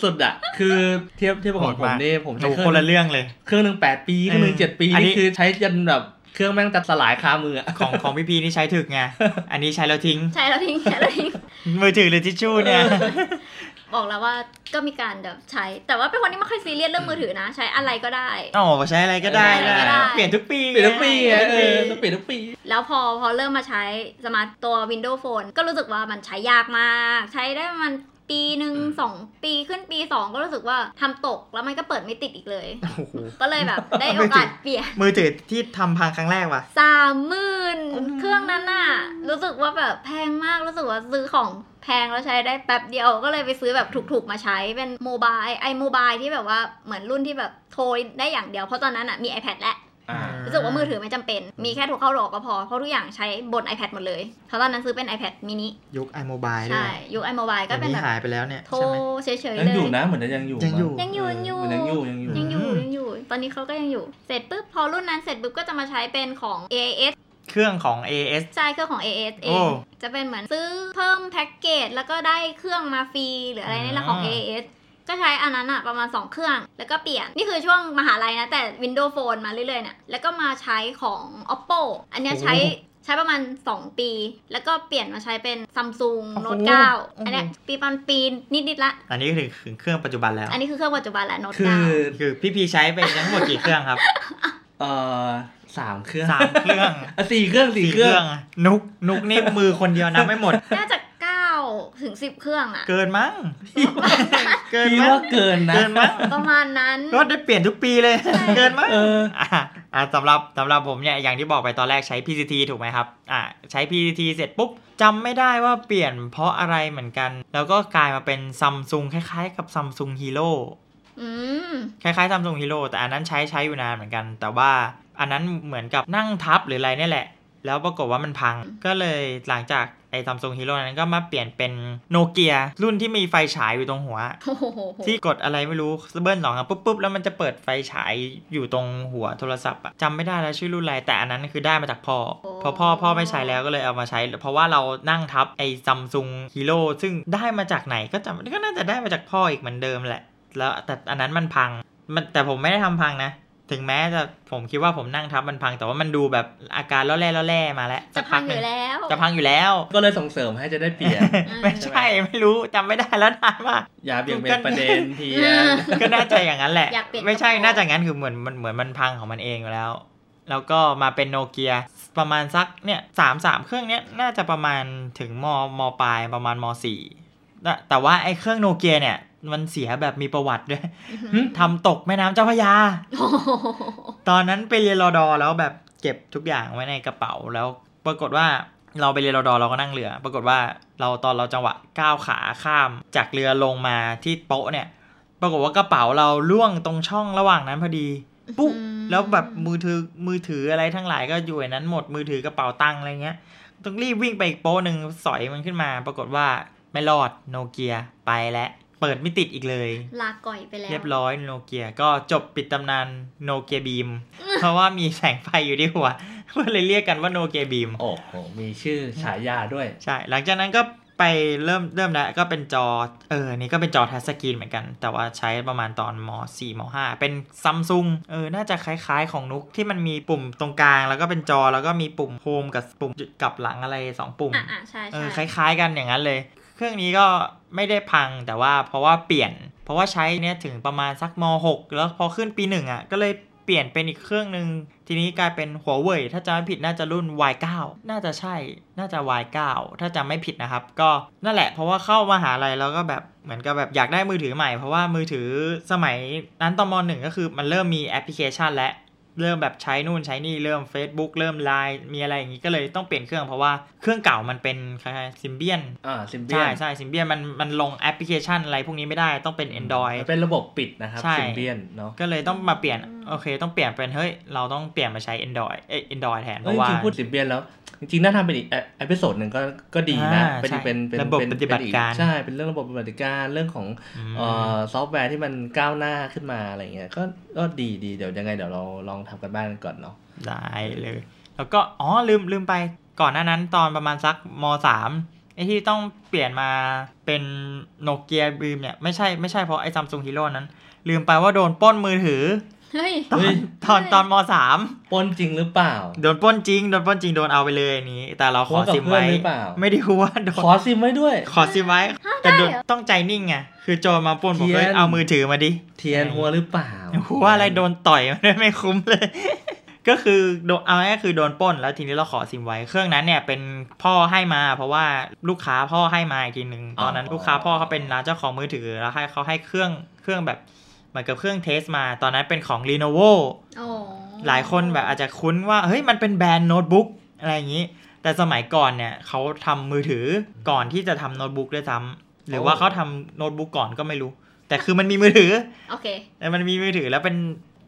Speaker 3: สุดๆอ่ะ คือเทียบเทียบกับขอ
Speaker 2: โห
Speaker 3: งผม
Speaker 2: ดาม ก
Speaker 3: นี่ผม
Speaker 2: โอ้
Speaker 3: ใช้
Speaker 2: โห
Speaker 3: เครื่
Speaker 2: คนละ
Speaker 3: อง
Speaker 2: เรื่องเลย
Speaker 3: เครื่องหนึ่งแปดปีเครื่องหนึ่งเจ็ดปี
Speaker 2: อันนี้
Speaker 3: นี่คือใช้จนแบบเครื่องแม่งจะสลายคามืออะ
Speaker 2: ของของพี่พีนี่ใช้ถึก
Speaker 4: <laughs>
Speaker 2: ไง อันนี้ใช้แล้วทิ้ง
Speaker 4: ใช่แล้วทิ้งใช่แล้วทิ้ง
Speaker 2: มือถือหรือทิชชู่เนี่ย
Speaker 4: บอกแล้วว่าก็มีการแบบใช้ แต่ว่าเป็นคนที่ไม่ค่อยซีเรียสเรื่องมือถือนะ ใช้อะไรก็ได้
Speaker 2: อ๋อใช้อะไรก็ได้
Speaker 4: ใช้อะไรก็ได้
Speaker 2: เปลี่ยนทุกปี
Speaker 3: เปลี่ยนทุกปี
Speaker 2: ไง
Speaker 3: อะเออต้องเปลี่ยนทุกปี
Speaker 4: แล้วพอพอเริ่มมาใช้สมาร์ทตัว Windows Phone ก็รู้สึกว่ามันใช้ยากมาก ใช้ได้ประมันปีหนึ่ง
Speaker 3: อืม
Speaker 4: สองปีขึ้นปีสองก็รู้สึกว่าทำตกแล้วมันก็เปิดไม่ติดอีกเลย ก็เลยแบบได้โอกาสเปลี่ยน
Speaker 2: มือถือที่ทำพังครั้งแรกว่ะ
Speaker 4: สามหมื่น
Speaker 2: อืม
Speaker 4: เครื่องนั้นน่ะ รู้สึกว่าแบบแพงมากรู้สึกว่าซื้อของแพงแล้วใช้ได้แป๊บเดียวก็เลยไปซื้อแบบถูกๆมาใช้เป็นโมบายไอโมบายที่แบบว่าเหมือนรุ่นที่แบบโทรได้อย่างเดียวเพราะตอนนั้นอ่ะมี iPad แล้ว
Speaker 3: อ่า
Speaker 4: รู้สึกว่ามือถือไม่จำเป็น มีแค่โทรเข้าโหลก็พอ เพราะทุกอย่างใช้บน iPad หมดเลย เพราะตอนนั้นซื้อเป็น iPad mini
Speaker 2: ยุคไอโมบายด้ว
Speaker 4: ใช่
Speaker 2: ย
Speaker 4: ยุค iMobile ก็
Speaker 2: เดี๋ยว
Speaker 4: เป็น
Speaker 2: นี้
Speaker 4: แบบ
Speaker 2: หายไปแล้วเนี่ย
Speaker 4: โทร
Speaker 2: ใช่ไหม
Speaker 4: เฉยๆ
Speaker 3: ยัง
Speaker 4: เล
Speaker 3: อยู่
Speaker 4: ย
Speaker 3: นะเหมือนจะยังอยู่
Speaker 2: ยังอยู่
Speaker 3: มั้
Speaker 4: ยังอยู่ยังอ
Speaker 3: เมันยังอ
Speaker 4: ยู่
Speaker 3: ยู่
Speaker 2: อืม
Speaker 3: ยังอยู่
Speaker 4: ยังอยู่ยังอยู่ ตอนนี้เขาก็ยังอยู่ เสร็จปุ๊บพอรุ่นนั้นเสร็จปุ๊บก็จะมาใช้เป็นของ AIS
Speaker 2: เครื่องของ AS
Speaker 4: ใช่เครื่องของ AIS เอ
Speaker 2: โอ้
Speaker 4: ง จะเป็นเหมือนซื้อเพิ่มแพ็กเกจแล้วก็ได้เครื่องมาฟรีหรืออะไรนี่แหละของ
Speaker 2: อ่า
Speaker 4: AIS ก็ใช้อันนั้นอะประมาณ 2 เครื่อง แล้วก็เปลี่ยน นี่คือช่วงมหาลัยนะ แต่ Windows Phone มาเรื่อยๆเนี่ยแล้วก็มาใช้ของ Oppo อันเนี้ยใช้
Speaker 2: โอ้
Speaker 4: ใช้ประมาณ 2 ปี แล้วก็เปลี่ยนมาใช้เป็น Samsung
Speaker 2: โอ้โห
Speaker 4: Note 9 อันเนี้ยปีประมาณปีนิดๆละ
Speaker 2: อันนี้ถึงถึงเครื่องปัจจุบันแล้ว
Speaker 4: อันนี้คือเครื่องปัจจุบันแหละ Note
Speaker 3: คือ
Speaker 2: คือพี่พีใช้ไปทั้งหมดกี่เครื่องครับ
Speaker 3: เอ่อสามเครื่อง
Speaker 2: สามเครื่อง
Speaker 3: อ่ะสี่เครื่องสี่เครื่อง
Speaker 2: ะนุกนุกนี่มือคนเดียวนับไม่หมด
Speaker 4: 9 น่าจะ 6ถึง10 เครื่อง
Speaker 2: <laughs>
Speaker 4: อะ
Speaker 2: เกินมั้งเกิน
Speaker 3: พี่
Speaker 2: มั้ง
Speaker 3: ว่าเกินนะ
Speaker 2: เกินมั้ง
Speaker 4: ประมาณนั้น
Speaker 2: รถได้เปลี่ยนทุกปีเลย เกินมั้ง
Speaker 3: เออ
Speaker 2: อ่ะอ่ะสำหรับสำหรับผมเนี่ยอย่างที่บอกไปตอนแรกใช้ PCT ถูกไหมครับอ่ะใช้ PCT เสร็จปุ๊บจำไม่ได้ว่าเปลี่ยนเพราะอะไรเหมือนกัน แล้วก็กลายมาเป็นซัมซุงคล้ายๆกับซัมซุงฮีโร่
Speaker 4: อืม <laughs>
Speaker 2: คล้ายๆซัมซุงฮีโร่แต่อันนั้นใช้ใช้อยู่นานเหมือนกัน แต่ว่าอันนั้นเหมือนกับนั่งทับหรืออะไรเนี่ยแหละ แล้วปรากฏว่ามันพัง ก็เลยหลังจากไอ้ซัมซุงฮีโร่นั้นก็มาเปลี่ยนเป็นโนเกียรุ่นที่มีไฟฉายอยู่ตรงหัว
Speaker 4: โอ้โห
Speaker 2: ที่กดอะไรไม่รู้เบิ้ลสองอ่ะปุ๊บปุ๊บแล้วมันจะเปิดไฟฉายอยู่ตรงหัวโทรศัพท์อะจำไม่ได้แล้วชื่อรุ่นอะไรแต่อันนั้นคือได้มาจากพ่อพอพ่อพ่อไม่ใช้แล้วก็เลยเอามาใช้ เพราะว่าเรานั่งทับไอ้ซัมซุงฮีโร่ซึ่งได้มาจากไหนก็จำก็น่าจะได้มาจากพ่ออีกเหมือนเดิมแหละ แล้วแต่อันนั้นมันพังมันแต่ผมไม่ได้ทำพังนะ ถึงแม้จะผมคิดว่าผมนั่งทับมันพังแต่ว่ามันดูแบบอาการล่อแร่ล่อแร่มาแล้ว
Speaker 4: จะ
Speaker 2: สัก
Speaker 4: พั
Speaker 2: พั
Speaker 4: ง
Speaker 2: ก
Speaker 4: อ
Speaker 2: หนึ่
Speaker 4: ยู่แล้ว
Speaker 2: จะพังอยู่แล้ว
Speaker 3: ก็เลยส่งเสริมให้จะได้เปลี่ยน
Speaker 2: ไม่ใช่ไม่รู้จำไม่ได้แล้วนานมาก
Speaker 3: อย่าเบี่ยงเบนประเด็นเพียน
Speaker 2: ก็น่าจะอย่างนั้นแหละ
Speaker 4: อยากเปลี่ยน
Speaker 2: ไม่ใช่
Speaker 4: กระโปรง
Speaker 2: น่าจะงั้นคือเหมือนมันเหมือนมันพังของมันเองอยู่แล้ว แล้วก็มาเป็นโนเกียประมาณสักเนี่ยสามสามเครื่องเนี้ยน่าจะประมาณถึงมมปลายประมาณมสี่แต่แต่ว่าไอ้เครื่องโนเกียเนี่ยมันเสียแบบมีประวัติด้วย
Speaker 3: หึ
Speaker 2: ทำตกแม่น้ำเจ้าพระยา
Speaker 4: โอ้โห
Speaker 2: ตอนนั้นไปเรียนรอดอแล้วแบบเก็บทุกอย่างไว้ในกระเป๋าแล้วปรากฏว่าเราไปเรียนรอดอเราก็นั่งเรือ ปรากฏว่าเราตอนเราจังหวะก้าวขาข้ามจากเรือลงมาที่โป๊ะเนี่ย ปรากฏว่ากระเป๋าเราล่วงตรงช่องระหว่างนั้นพอดี ปุ๊บแล้วแบบมือถือมือถืออะไรทั้งหลายก็อยู่ในนั้นหมดมือถือกระเป๋าตังค์อะไรเงี้ยต้องรีบวิ่งไปอีกโป๊ะหนึ่งสอยมันขึ้นมา ปรากฏว่าไม่รอดโนเกียไปแล้วเปิดไม่ติดอีกเลย
Speaker 4: <laughs> ลาก่อยไปแล้ว
Speaker 2: เรียบร้อยโนเกียก็จบปิดตำนานโนเกียบี
Speaker 4: <laughs>
Speaker 2: ม เพราะว่ามีแสงไฟอยู่ที่หัว <laughs> ก็เลยเรียกกันว่าโนเกียบีม
Speaker 3: โอ้โห มีชื่อฉายาด้วย
Speaker 2: ใช่ หลังจากนั้นก็ไปเริ่มเริ่มแล้วก็เป็นจอ เออ นี่ก็เป็นจอทัชสกรีนเหมือนกัน แต่ว่าใช้ประมาณตอนม .4 ม .5 เป็นซัมซุงเออ น่าจะคล้ายๆของนุกที่มันมีปุ่มตรงกลาง แล้วก็เป็นจอแล้วก็มีปุ่มโฮมกับปุ่มจุดกลับหลังอะไรสองปุ่ม
Speaker 4: อ่ะอ่ะใช่
Speaker 2: เอ
Speaker 4: ใช่
Speaker 2: อคล้ายๆกันอย่างนั้นเลย เครื่องนี้ก็ไม่ได้พังแต่ว่าเพราะว่าเปลี่ยน เพราะว่าใช้เนี่ยถึงประมาณสักม .6 แล้วพอขึ้นปีหนึ่งอ่ะก็เลยเปลี่ยนเป็นอีกเครื่องหนึ่งทีนี้กลายเป็นหัวเว่ยถ้าจำไม่ผิดน่าจะรุ่น Y9 น่าจะใช่น่าจะ Y9 ถ้าจำไม่ผิดนะครับ ก็นั่นแหละ เพราะว่าเข้ามาหาลัยแล้วก็แบบเหมือนกับแบบอยากได้มือถือใหม่ เพราะว่ามือถือสมัยนั้นตอนมหนึ่งก็คือมันเริ่มมีแอปพลิเคชันและ เริ่มแบบใช้นู่นใช้นี่เริ่ม Facebook เริ่ม Line มีอะไรอย่างนี้ก็เลยต้องเปลี่ยนเครื่องเพราะว่าเครื่องเก่ามันเป็นคล้ายๆซิมเบียน
Speaker 3: อ่า ซิมเบีย
Speaker 2: ใช่
Speaker 3: น
Speaker 2: ใช่ซิมเบียนมันมันลงแอปพลิเคชันอะไรพวกนี้ไม่ได้ต้องเป็น Android
Speaker 3: มันเป็นระบบปิดนะครับ
Speaker 2: ใช่
Speaker 3: ซิมเบียนเนาะ
Speaker 2: ก็เลยต้องมาเปลี่ยน
Speaker 4: อืม
Speaker 2: โอเค ต้องเปลี่ยนเป็น เฮ้ย เราต้องเปลี่ยนมาใช้ Android เอ้ย Android แทน เพ
Speaker 3: เอ้ย
Speaker 2: ราะว่า
Speaker 3: จริงๆพูดซิมเบียนแล้ว จริงๆ น่าทำเป็นอีกเอพิโซดหนึ่งก็ก็ดีนะ
Speaker 2: อ่า
Speaker 3: เป็น
Speaker 2: ใช่
Speaker 3: เป็นเป็น
Speaker 2: ระบบ
Speaker 3: เป็น
Speaker 2: ปฏิบัติการ
Speaker 3: เป็นอีใช่ เป็นเรื่องระบบปฏิบัติการเรื่องของ
Speaker 2: ม
Speaker 3: เอ่อซอฟต์แวร์ที่มันก้าวหน้าขึ้นมาอะไรเงี้ย ก็ก็ดีดีเดี๋ยวยังไงเดี๋ยวเราลองทำกันบ้านกันก่อนเนาะ
Speaker 2: ได้เลย แล้วก็อ๋อลืมลืมไปก่อนหน้านั้นตอนประมาณสักมสามไอ้ที่ต้องเปลี่ยนมาเป็นโนเกียบีมเนี่ยไม่ใช่ไม่ใช่เพราะไอ้ซัมซุงฮีโร่นั้น ลืมไปว่าโดนปล้นมือถือ
Speaker 4: เฮ้ย
Speaker 2: ตอ
Speaker 3: เฮ้
Speaker 2: น
Speaker 3: ย
Speaker 2: ตอนตอนมสาม
Speaker 3: ปล้นจริงหรือเปล่า
Speaker 2: โดนปล้นจริงโดนปล้นจริงโดนเอาไปเลยอันนี้ แต่เราขอ
Speaker 3: โพสต์กับ
Speaker 2: ซิมไว้
Speaker 3: เพื่อนหรือเปล่า
Speaker 2: ไม่ได้ว่าโด
Speaker 3: ขอน ซิมไว้ด้วย
Speaker 2: ขอซิมไว้แต่โดนต้องใจนิ่งไงคือโจรมาปล้นผมเลย
Speaker 3: เทียน
Speaker 2: เอามือถือมาดิ
Speaker 3: เทียนหัวหรือเปล่า
Speaker 2: หัวอะไรโดนต่อย <laughs> มันไม่คุ้มเลย ก็คือโดนเอาง่ายๆคือโดนปล้นแล้วทีนี้เราขอซิมไว้เครื่องนั้นเนี่ยเป็นพ่อให้มา เพราะว่าลูกค้าพ่อให้มาอีกทีหนึ่งตอนนั้น
Speaker 3: อ๋อ
Speaker 2: ลูกค้าพ่อเขาเป็นร้านเจ้าของมือถือแล้วให้เขาให้เครื่องเครื่องแบบเหมือนกับเครื่องเทสมา ตอนนั้นเป็นของ Lenovo
Speaker 4: โอ้
Speaker 2: หลายคนแบบอาจจะคุ้นว่าเฮ้ยมันเป็นแบรนด์โน้ตบุ๊กอะไรอย่างนี้ แต่สมัยก่อนเนี่ยเขาทำมือถือก่อนที่จะทำโน้ตบุ๊กด้วยซ้ำหรือว่าเขาทำโน้ตบุ๊กก่อนก็ไม่รู้ แต่คือมันมีมือถือ
Speaker 4: โอเค
Speaker 2: แต่มันมีมือถือแล้วเป็น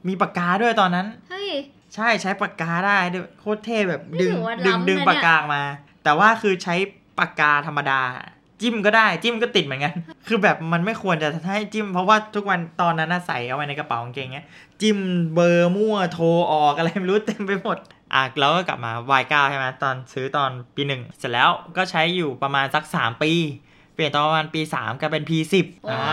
Speaker 2: มีปากกาด้วยตอนนั้น
Speaker 4: เฮ้ย
Speaker 2: ใช่ใช้ปากกาได้ด้วยโคตรเท่แบบดึง
Speaker 4: นี่ถือว่า
Speaker 2: ดึง
Speaker 4: ล้ำนะ
Speaker 2: ดึง
Speaker 4: เนี่ย
Speaker 2: ปากกามา แต่ว่าคือใช้ปากกาธรรมดา จิ้มก็ได้จิ้มก็ติดเหมือนกัน คือแบบมันไม่ควรจะให้จิ้ม เพราะว่าทุกวันตอนนั้นน่ะใส่เอาไว้ในกระเป๋ากางเกงเงี้ยจิ้มเบอร์มั่วโทรออกอะไรไม่รู้เต็มไปหมดอ่ะแล้วก็กลับมาวายเก้าใช่ไหมตอนซื้อตอนปีหนึ่งเสร็จแล้วก็ใช้อยู่ประมาณสัก 3 ปี เปลี่ยนตอนประมาณปี3กลายเป็น P10 อ่า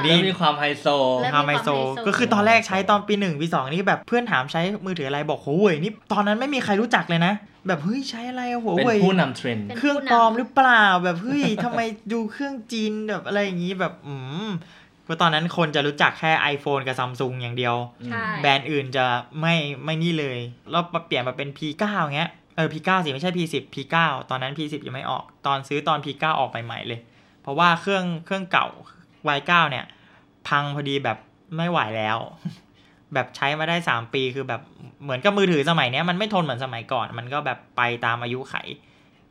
Speaker 3: เริ่
Speaker 2: นี่
Speaker 3: มมีความไฮโซ
Speaker 4: แล้ว
Speaker 2: ทำไมโซ
Speaker 4: มีความไฮโซ
Speaker 2: ก็คือตอนแรกใช้ตอนปีหนึ่งปีสองนี่แบบเพื่อนถามใช้มือถืออะไรบอกโหเว่ยนี่ตอนนั้นไม่มีใครรู้จักเลยนะ แบบเฮ้ยใช้อะไรอะโห
Speaker 3: เป็น
Speaker 2: เว่ย
Speaker 3: ผู้นำเทรนด์
Speaker 4: เป็น
Speaker 2: เครื่องปลอมหรือเปล่าแบบเฮ้ยทำไมดูเครื่องจีนแบบอะไรอย่างนี้แบบอืมก็ตอนนั้นคนจะรู้จักแค่ iPhone กับซัมซุงอย่างเดียว
Speaker 4: ใช่
Speaker 2: แบรนด์อื่นจะไม่ไม่นี่เลย แล้วมาเปลี่ยนมาเป็น P9 เงี้ยเออ P9 สิไม่ใช่ P10 P9 ตอนนั้น P10 ยังไม่ออก ตอนซื้อตอน P9 ออกใหม่ๆเลย เพราะว่าเครื่องเครื่องเก่า Y 9เนี่ย พังพอดีแบบไม่ไหวแล้ว <laughs> แบบใช้มาได้สามปีคือแบบเหมือนกับมือถือสมัยเนี้ยมันไม่ทนเหมือนสมัยก่อน มันก็แบบไปตามอายุไข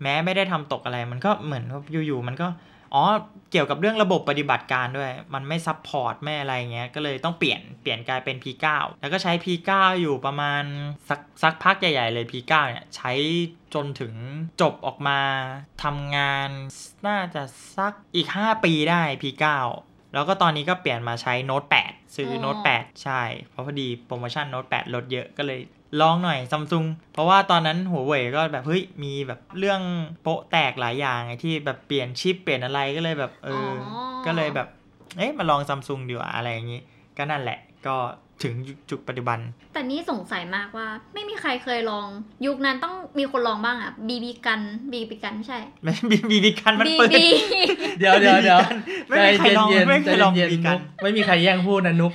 Speaker 2: แม้ไม่ได้ทำตกอะไร มันก็เหมือนว่าอยู่ๆมันก็ อ๋อ เกี่ยวกับเรื่องระบบปฏิบัติการด้วย มันไม่ซับพอร์ตไม่อะไรเงี้ย ก็เลยต้องเปลี่ยน เปลี่ยนกลายเป็น P9 แล้วก็ใช้ P9 อยู่ประมาณสักสักพักใหญ่ ๆ เลย P9 เนี่ยใช้จนถึงจบออกมาทำงานน่าจะสักอีก 5 ปีได้ P9 แล้วก็ตอนนี้ก็เปลี่ยนมาใช้โน้ต8ซื้อโน้ต8ใช่ เพราะพอดีโปรโมชั่นโน้ต8ลดเยอะก็เลยลองหน่อยซัมซุงเพราะว่าตอนนั้นหัวเว่ยก็แบบเฮ้ยมีแบบเรื่องโปะแตกหลายอย่างไงที่แบบเปลี่ยนชิปเปลี่ยนอะไรก็เลยแบบเอออ ก็เลยแบบ เอ๊ะ มาลองซัมซุงดีกว่าอะไรอย่างนี้ ก็นั่นแหละ ก็ถึงจุดปัจจุบัน <laughs>
Speaker 4: แต่นี่สงสัยมากว่า ไม่มีใครเคยลอง ยุคนั้นต้องมีคนลองบ้างอะบีบีกันบีบีกันไม่ใช่
Speaker 2: ไม่บีบีบีกันมัน
Speaker 4: บี
Speaker 2: เปิด
Speaker 4: บี
Speaker 3: เดี๋ยวเดี๋ยวเดี๋ยว
Speaker 2: ไม่มีใครลอง
Speaker 3: ใจเย็นๆ
Speaker 2: ไม่มีใครลอง
Speaker 3: ใจเย็นๆ
Speaker 2: บีกัน
Speaker 3: นุ๊ไม่มีใครแย่งพูดนะนุ๊ก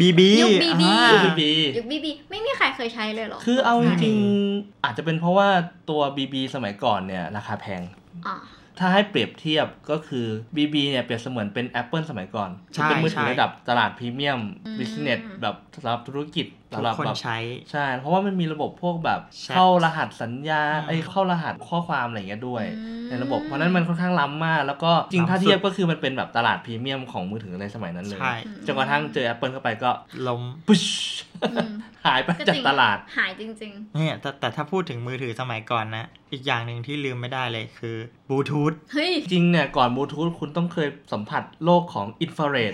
Speaker 2: บีบี
Speaker 4: ยุค BB
Speaker 2: อ่า
Speaker 4: ยุค
Speaker 3: บี
Speaker 4: ยุคบี <laughs> บีไม่มีใครเคยใช้เลยเหรอ
Speaker 3: คือเอาจ
Speaker 2: ใช่
Speaker 3: ริงๆอาจจะเป็นเพราะว่าตัว BB สมัยก่อนเนี่ย ราคาแพง
Speaker 4: อ่ะ
Speaker 3: ถ้าให้เปรียบเทียบก็คือ BB เนี่ยเปรียบเสมือนเป็น Apple สมัยก่อน
Speaker 2: ใช่
Speaker 3: เป็นมือถือ
Speaker 2: ใช่
Speaker 3: ระดับตลาดพรีเมียมบิสเนสแบบสำหรับธุรกิจ
Speaker 2: ทุก
Speaker 3: สำหรับ
Speaker 2: คน
Speaker 3: แบบ
Speaker 2: ใช้
Speaker 3: ใช่ เพราะว่ามันมีระบบพวกแบบ
Speaker 2: แชท
Speaker 3: เข้ารหัสสัญญา
Speaker 2: อืม
Speaker 3: ไอ้ยเข้ารหัสข้อความอะไรอย่างเงี้ยด้วย
Speaker 4: อืม
Speaker 3: ในระบบเพราะฉะนั้นมันค่อนข้างล้ำมาก แล้วก็จริง
Speaker 2: ล้ำสุด
Speaker 3: ถ้าเทียบก็คือมันเป็นแบบตลาดพรีเมียมของมือถือในสมัยนั้นเลย
Speaker 2: ใช่
Speaker 3: จนกระทั่งเจอ Apple เข้าไปก็
Speaker 2: ล้ม
Speaker 3: ปุ๊ช
Speaker 4: อืม
Speaker 3: หายไป
Speaker 4: ก็จริง
Speaker 3: จากตลาด
Speaker 4: หายจริง
Speaker 2: เนี่ยแต่แต่ถ้าพูดถึงมือถือสมัยก่อนนะ อีกอย่างหนึ่งที่ลืมไม่ได้เลยคือบลูทูธ <laughs>
Speaker 4: ๆ เฮ้ย
Speaker 3: จริงเนี่ย ก่อนบลูทูธคุณต้องเคยสัมผัสโลกของอินฟราเรด
Speaker 2: <laughs>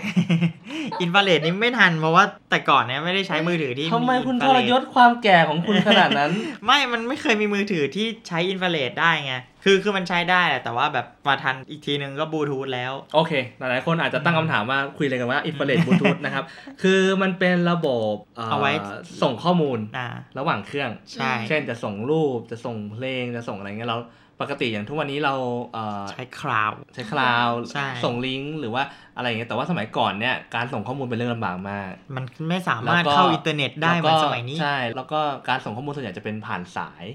Speaker 2: อินฟราเรดนี่ไม่ทันเพราะว่าแต่ก่อนเนี่ยไม่ได้ใช้มือถือที่
Speaker 3: ทำไมคุณทรย
Speaker 2: ศ
Speaker 3: ศความแก่ของคุณขนาด
Speaker 2: <laughs>
Speaker 3: นั้น
Speaker 2: ไม่ มันไม่เคยมีมือถือที่ใช้อินฟราเรดได้ไง คือ คือมันใช้ได้แหละ แต่ว่าแบบมาทันอีกทีนึงก็บลูทูธแล้ว
Speaker 3: โอเค หลายๆ คนอาจจะตั้งคำถามว่าคุยอะไรกันว่าอินฟราเรดบลูทูธนะครับ คือมันเป็นระบบเอ่อ
Speaker 2: เอาไว้
Speaker 3: ส่งข้อมูล
Speaker 2: อ่า
Speaker 3: ระหว่างเครื่อง
Speaker 2: ใช่
Speaker 3: เช่นจะส่งรูปจะส่งเพลงจะส่งอะไรเงี้ยเราปกติอย่างทุกวันนี้เราเอ่อ
Speaker 2: ใช้คลาวด์
Speaker 3: ใช้คลาว
Speaker 2: ใช่
Speaker 3: ส่งลิงก์หรือว่าอะไรเงี้ยแต่ว่าสมัยก่อนเนี่ยการส่งข้อมูลเป็นเรื่องลำบากมาก
Speaker 2: มันไม่สามารถ
Speaker 3: แล้วก็
Speaker 2: เข้าอินเทอร์เน็ตได้เหมือน
Speaker 3: แล้วก็
Speaker 2: สมัยนี้
Speaker 3: ใช่ แล้วก็การส่งข้อมูลส่วนใหญ่จะเป็นผ่านสาย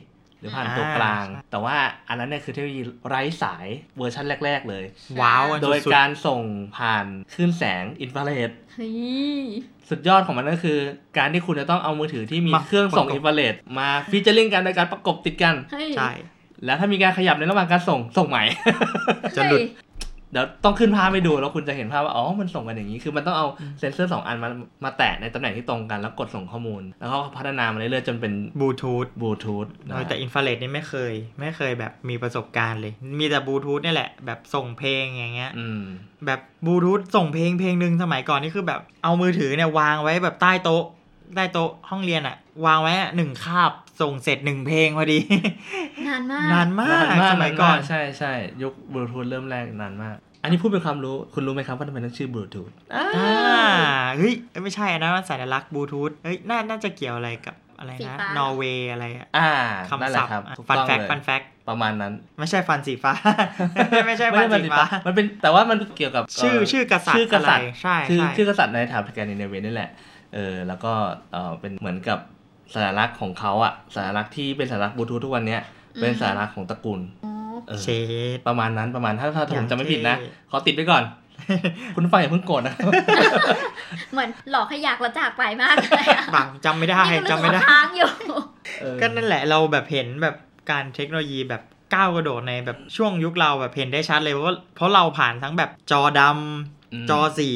Speaker 3: หรือผ่านตัว
Speaker 2: อ่าก
Speaker 3: ลาง
Speaker 2: ใช่
Speaker 3: แต่ว่าอันนั้นเนี่ยคือเทคโนโลยีไร้สายเวอร์ชันแรก ๆ เลย
Speaker 2: ว้าวอัน
Speaker 3: โดย
Speaker 2: สุด
Speaker 3: การส่งผ่านคลื่นแสงอินฟราเรด
Speaker 4: เฮ้ย
Speaker 3: สุดยอดของมันก็คือ การที่คุณจะต้องเอามือถือที่มีเครื่องส่งอินฟราเรดมาฟีเจอริ่งกันในการประกบติดกัน
Speaker 4: เฮ้ย
Speaker 2: ๆใช่
Speaker 3: แล้วถ้ามีการขยับในระหว่างการส่งส่งใหม่
Speaker 2: จะหลุด
Speaker 3: เดี๋ยวต้องขึ้นภาพไปดูแล้วคุณจะเห็นภาพว่าอ๋อมันส่งกันอย่างนี้คือมันต้องเอาเซนเซอร์สองอันมามาแตะในตำแหน่งที่ตรงกันแล้วกดส่งข้อมูล แล้วก็พัฒนามาเรื่อยๆจนเป็น
Speaker 2: บลูทูธ
Speaker 3: บลูทูธนะ
Speaker 2: โดยแต่อินฟราเรดนี่ไม่เคย ไม่เคยแบบมีประสบการณ์เลย มีแต่บลูทูธนี่แหละ แบบส่งเพลงอย่างเงี้ย
Speaker 3: อืม
Speaker 2: แบบบลูทูธส่งเพลงเพลงหนึ่งสมัยก่อนนี่คือแบบเอามือถือเนี่ยวางไว้แบบใต้โต๊ะใต้โต๊ะห้องเรียนอะวางไว้อะหนึ่งคาบส่งเสร็จหนึ่งเพลงพอดี <laughs>
Speaker 4: นานมาก
Speaker 2: นานมากสมัยก่อน
Speaker 3: าใช่ใช่ยุคบลูทูธเริ่มแรกนานมาก อันนี้พูดเป็นความรู้คุณรู้ไหมครับว่าทำไมต้องชื่อบลูทูธ
Speaker 2: อ่าเฮ้ยเอ้ยไม่ใช่อันนั้นมันสัญลักษณ์บลูทูธเฮ้ยน่าน่าจะเกี่ยวอะไรกับอะไร
Speaker 4: สี
Speaker 2: นะ
Speaker 4: ฟ้าน
Speaker 2: นอร์เวย์อะไรอะ
Speaker 3: อ่านั่น
Speaker 2: คำ
Speaker 3: แห
Speaker 2: ศัพ
Speaker 3: ละ
Speaker 2: ท์
Speaker 3: ครับถูก
Speaker 2: ฟัน
Speaker 3: ต้อง
Speaker 2: แฟก
Speaker 3: เลย
Speaker 2: ฟันแฟก
Speaker 3: ประมาณนั้น
Speaker 2: ไม่ใช่ฟันสีฟ้า ไม่
Speaker 3: <laughs>
Speaker 2: ใช่ฟันสีฟ้า
Speaker 3: มันเป็นแต่ว่ามันเกี่ยวกับ
Speaker 2: ชื่อ
Speaker 3: เ
Speaker 2: ชื่อกษัตริ
Speaker 3: ชื่
Speaker 2: ย์
Speaker 3: อกษัตริย์
Speaker 2: อะไรใช่
Speaker 3: ชื่อ
Speaker 2: ใช่
Speaker 3: ชื่อกษัตริย์ในแถบแกนดิเนเวียนี่แหละ เออ แล้วก็เออเป็นเหมือนกับสัญลักษณ์ของเขาอะสัญลักษณ์ที่เป็นสัญลักษณ์บลูทูธทุกวันเนี้ย
Speaker 4: อืม
Speaker 3: เป็นสัญลักษณ์ของตระกูลเออ
Speaker 2: เชด
Speaker 3: ประมาณนั้นประมาณ ถ้าถ้า
Speaker 2: อ
Speaker 3: ผ
Speaker 2: ย่าม ง
Speaker 3: จะไม่ผิดนะ
Speaker 2: เท่
Speaker 3: ขอติดไว้ก่อน <laughs> คุณผู้ฟังอย่าเพิ่งโกรธนะ
Speaker 4: เหมือนหลอกให้อยากแล้วจากไปมากเลยอะ
Speaker 2: บังจำไม่ได้
Speaker 4: นี่ก็รู้สึก
Speaker 2: จำไม่ได้
Speaker 4: ว่าค้างอยู่
Speaker 3: เออ
Speaker 2: ก็นั่นแหละเราแบบเห็นแบบการเทคโนโลยีแบบก้าวกระโดดในแบบช่วงยุคเราแบบเห็นได้ชัดเลยเพราะว่าเพราะเราผ่านทั้งแบบจอดำ
Speaker 3: ม
Speaker 2: จอสี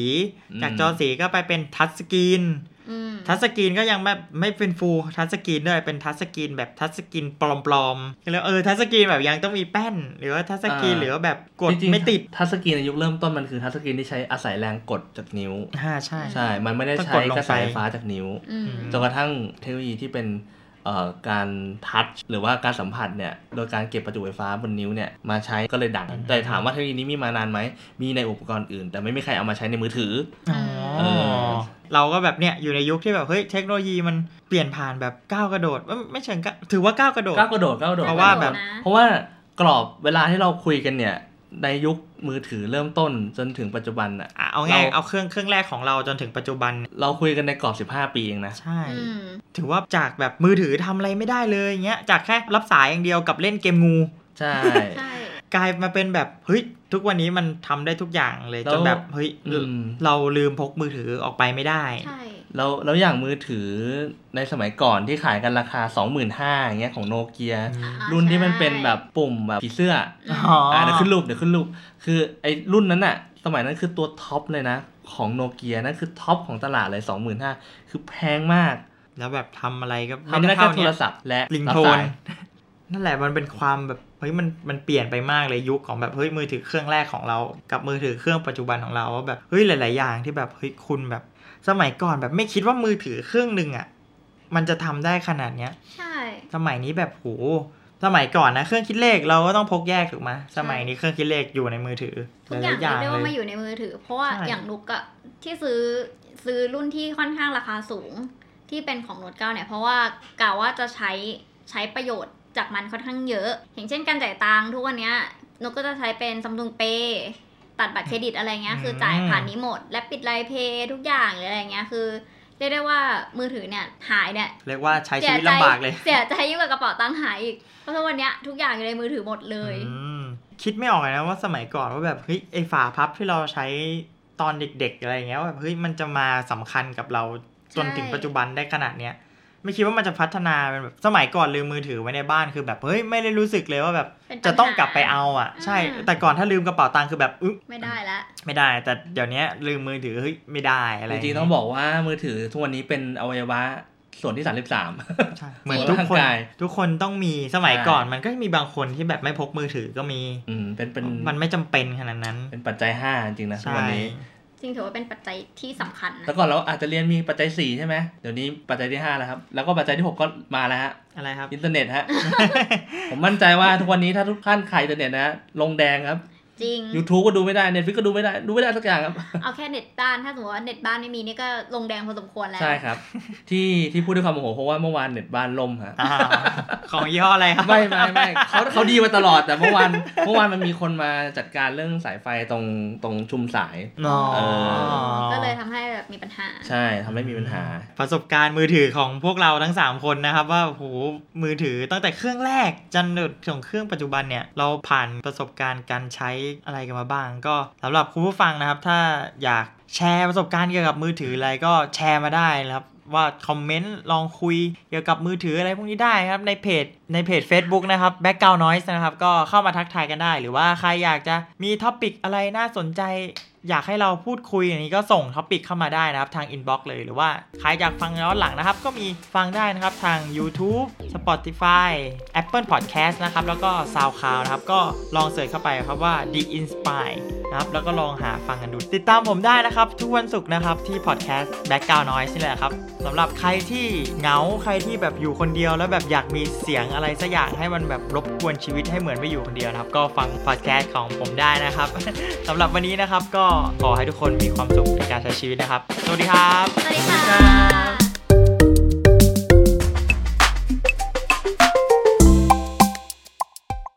Speaker 3: อืม
Speaker 2: จากจอสีก็ไปเป็นทัชสกรีน
Speaker 4: อืม
Speaker 2: ทัชสกรีนก็ยังแบบไม่เป็นฟูลทัชสกรีนด้วยเป็นทัชสกรีนแบบทัชสกรีนปลอมๆก็เลยเออทัชสกรีนแบบยังต้องมีแป้น หรือว่าทัชสกรีนหรือว่าแบบกด
Speaker 3: จริงๆ
Speaker 2: ไม่ติด
Speaker 3: ทัชสกรีนในยุคเริ่มต้นมันคือทัชสกรีนที่ใช้อาศัยแรงกดจากนิ้ว
Speaker 2: อ่าใช่
Speaker 3: ใช่ มันไม่ได้
Speaker 2: ต้อง
Speaker 3: ใช้
Speaker 2: กดลงไป
Speaker 3: กระแสไฟฟ้าจากนิ้ว
Speaker 4: อืม
Speaker 3: จนกระทั่งเทคโนโลยีที่เป็นเอ่อการทัชหรือว่าการสัมผัสเนี่ยโดยการเก็บประจุไฟฟ้าบนนิ้วเนี่ยมาใช้ก็เลยดัง
Speaker 2: อืม
Speaker 3: แต่ถามว่าเทคโนโลยีนี้มีมานานไหมมีในอุปกรณ์อื่น แต่ไม่มีใครเอามาใช้ในมือถือ
Speaker 2: อ๋อ
Speaker 3: เออ
Speaker 2: เราก็แบบเนี่ยอยู่ในยุคที่แบบเฮ้ยเทคโนโลยีมันเปลี่ยนผ่านแบบก้าวกระโดดเอ้ยไม่เชิงก้าวถือว่าก้าวกระโดด
Speaker 3: ก้าวกระโดดก้าวกระโดด
Speaker 2: เพราะว่าแบบ
Speaker 4: นะ
Speaker 3: เพราะว่ากรอบเวลาที่เราคุยกันเนี่ยในยุคมือถือเริ่มต้นจนถึงปัจจุบันอะ
Speaker 2: อ่ะเอาง่าย
Speaker 3: เรา
Speaker 2: เอาเครื่องเครื่องแรกของเราจนถึงปัจจุบันเนี่ย
Speaker 3: เราคุยกันในกรอบ 15 ปีเองนะ
Speaker 2: ใช่
Speaker 4: อืม
Speaker 2: ถือว่าจากแบบมือถือทำอะไรไม่ได้เลยอย่างเงี้ยจากแค่รับสายอย่างเดียวกับเล่นเกมงู
Speaker 3: ใช่
Speaker 4: ใช่
Speaker 2: กลายมาเป็นแบบเฮ้ยทุกวันนี้มันทำได้ทุกอย่างเลย
Speaker 3: แล้ว
Speaker 2: จนแบบเฮ้ย
Speaker 3: อืม
Speaker 2: เราลืมพกมือถือออกไปไม่ได้
Speaker 4: ใช่
Speaker 3: แล้วแล้วอย่างมือถือในสมัยก่อนที่ขายกันราคา 25,000อย่างเงี้ยของโนเกีย
Speaker 4: อ่า
Speaker 3: รุ่นที่มัน
Speaker 4: ใช่
Speaker 3: เป็นแบบปุ่มแบบผีเสื้อ
Speaker 4: อืม
Speaker 2: อ๋ออ่า
Speaker 3: อ่าเดี๋ยวขึ้นรูปเดี๋ยวขึ้นรูป คือไอ้รุ่นนั้นอะสมัยนั้นคือตัวท็อปเลยนะ ของโนเกียนั่นคือท็อปของตลาดเลย 25,000คือแพงมาก
Speaker 2: แล้วแบบทำอะไรก็
Speaker 3: ทำได้แค่
Speaker 2: เท่า
Speaker 3: โท
Speaker 2: เนี้
Speaker 3: ร
Speaker 2: ย
Speaker 3: ศัพท์และ
Speaker 2: ลิง
Speaker 3: รับ
Speaker 2: โทน
Speaker 3: สาย
Speaker 2: นั่นแหละมันเป็นความแบบเฮ้ยมันมันเปลี่ยนไปมากเลยยุคของแบบเฮ้ยมือถือเครื่องแรกของเรา กับมือถือเครื่องปัจจุบันของเราว่าแบบเฮ้ยหลาย ๆ อย่างที่แบบเฮ้ยคุณแบบ สมัยก่อนแบบไม่คิดว่ามือถือเครื่องหนึ่งอ่ะมันจะทำได้ขนาดเนี้ย
Speaker 4: ใช่
Speaker 2: สมัยนี้แบบโหสมัยก่อนนะเครื่องคิดเลขเราก็ต้องพกแยกถูกไหมสมัยนี้เครื่องคิดเลขอยู่ในมือถือ
Speaker 4: ทุกอย่าง
Speaker 2: หลๆ
Speaker 4: เรียกได้ว่ามาอยู่ในมือถือ เพราะว่า
Speaker 2: ใช่
Speaker 4: อย่างนุกอะที่ซื้อซื้อรุ่นที่ค่อนข้างราคาสูงที่เป็นของโน้ตเก้าเนี่ย เพราะว่ากะว่าจะใช้ใช้ประโยชน์จากมันค่อนข้างเยอะ อย่างเช่นการจ่ายตังค์ทุกวันเนี้ยนุกก็จะใช้เป็นซัมซุงเปย์ตัดบัตรเครดิตอะไรเงี้ยคือจ่ายผ่านนี้หมด และปิดไลน์เพย์ทุกอย่างหรืออะไรเงี้ยคือเรียกได้ว่ามือถือเนี่ยหายเนี่ย
Speaker 2: เรียกว่าใช้ชีวิตลำบากเลย
Speaker 4: เสียใจยิ่งกว่ากระเป๋าตังค์หายอีกเพราะทุกวันเนี้ยทุกอย่างอยู่ในมือถือหมดเลย
Speaker 2: อืมคิดไม่ออกเลยนะว่าสมัยก่อนว่าแบบเฮ้ยไอฝาพับที่เราใช้ตอนเด็กๆอะไรอย่างเงี้ยว่าแบบเฮ้ยมันจะมาสำคัญกับเราจนถึง
Speaker 4: ใช่
Speaker 2: ปัจจุบันได้ขนาดเนี้ยไม่คิดว่ามันจะพัฒนาเป็นแบบสมัยก่อนลืมมือถือไว้ในบ้านคือแบบเฮ้ยไม่ได้รู้สึกเลยว่าแบบ
Speaker 4: เป็นปัญหา
Speaker 2: จะต้องกลับไปเอาอ่ะ ใช่
Speaker 4: อืม
Speaker 2: แต่ก่อนถ้าลืมกระเป๋าตังค์คือแบบอึ๊บ
Speaker 4: ไม่ได้ละ
Speaker 2: ไม่ได้ แต่เดี๋ยวเนี้ยลืมมือถือเฮ้ยไม่ได้อะไร
Speaker 3: จ
Speaker 2: ย่า
Speaker 3: ริงๆต้องบอกว่ามือถือทุกวันนี้เป็นอวัยวะส่วนที่ 33
Speaker 2: ใช่เหมือน
Speaker 3: ส่วน
Speaker 2: ทุกคน
Speaker 3: ร่างกาย
Speaker 2: ทุกคนต้องมีสมัย
Speaker 3: ใช่
Speaker 2: ก่อนมันก็มีบางคนที่แบบไม่พกมือถือก็มี
Speaker 3: อืมเป็นเป็น
Speaker 2: มันไม่จำเป็นขนาดนั้น
Speaker 3: เป็นปัจจัย 5 จริงๆนะทุก
Speaker 2: ใช่
Speaker 3: วันนี้
Speaker 4: จริงถือว่าเป็นปัจจัยที่สำคัญนะ
Speaker 3: แต่ก่อนเราอาจจะเรียนมีปัจจัย 4 ใช่ไหมเดี๋ยวนี้ปัจจัยที่5แล้วครับ แล้วก็ปัจจัยที่ 6 ก็มาแล้วฮะ
Speaker 2: อะไรครับ
Speaker 3: อินเทอร์เน็ตฮะ <laughs> ผมมั่นใจว่าทุกวันนี้ถ้าทุกท่านขายอินเทอร์เน็ตนะฮะลงแดงครับ
Speaker 4: จริง
Speaker 3: YouTube ก็ดูไม่ได้ Netflix ก็ดูไม่ได้ ดูไม่ได้สักอย่างครับ
Speaker 4: เอาแค่เน็ตบ้าน ถ้าสมมติว่าเน็ตบ้านไม่มีนี่ก็ลงแดงพอสมควรแล้ว
Speaker 3: ใช่ครับ ที่ที่พูดด้วยความโมโหเพราะว่าเมื่อวานเน็ตบ้านล่มฮะ
Speaker 2: อ่าของยี่ห้ออะไรครับ
Speaker 3: ไม่ไม่ไม่ <laughs> เขาเขาดีมาตลอดแต่เมื่อวานเมื่อวานมันมีคนมาจัดการเรื่องสายไฟตรงตรงชุมสาย
Speaker 2: อ๋อ
Speaker 3: เอ
Speaker 4: ก็เลยทำให้แบบมีปัญหา
Speaker 3: ใช่ทำให้มีปัญหา
Speaker 2: ประสบการณ์มือถือของพวกเราทั้ง 3 คนนะครับ ว่าโอ้โหมือถือตั้งแต่เครื่องแรกจนถึงเครื่องปัจจุบันเนี่ย เราผ่านประสบการณ์การใช้อะไรกันมาบ้าง ก็สำหรับคุณผู้ฟังนะครับ ถ้าอยากแชร์ประสบการณ์เกี่ยวกับมือถืออะไรก็แชร์มาได้นะครับ ว่าคอมเมนต์ลองคุยเกี่ยวกับมือถืออะไรพวกนี้ได้ครับ ในเพจในเพจ Facebook นะครับ Background Noise นะครับ ก็เข้ามาทักทายกันได้ หรือว่าใครอยากจะมีท็อปิกอะไรน่าสนใจ อยากให้เราพูดคุยอย่างนี้ก็ส่งท็อปิกเข้ามาได้นะครับ ทางอินบ็อกซ์เลยหรือว่าใครอยากฟังย้อนหลังนะครับ ก็มีฟังได้นะครับทาง YouTube Spotify Apple Podcast นะครับแล้วก็ SoundCloud นะครับ ก็ลองเสิร์ชเข้าไปครับว่า The Inspire นะครับแล้วก็ลองหาฟังกันดู ติดตามผมได้นะครับ ทุกวันศุกร์นะครับ ที่ Podcast Background Noise นี่แหละครับสำหรับใครที่เหงาใครที่แบบอยู่คนเดียว แล้วแบบอยากมีเสียงอะไรสักอย่างให้มันแบบรบกวนชีวิตให้เหมือนไม่อยู่คนเดียวนะครับ ก็ฟัง Podcast ของผมได้นะครับ <laughs> สำหรับวันนี้นะครับก็ขอให้ทุกคนมีความสุขในการใช้ชีวิตนะครับ สวัสดีครับ
Speaker 4: สวัสดีค่ะ
Speaker 2: สวัสดีครับ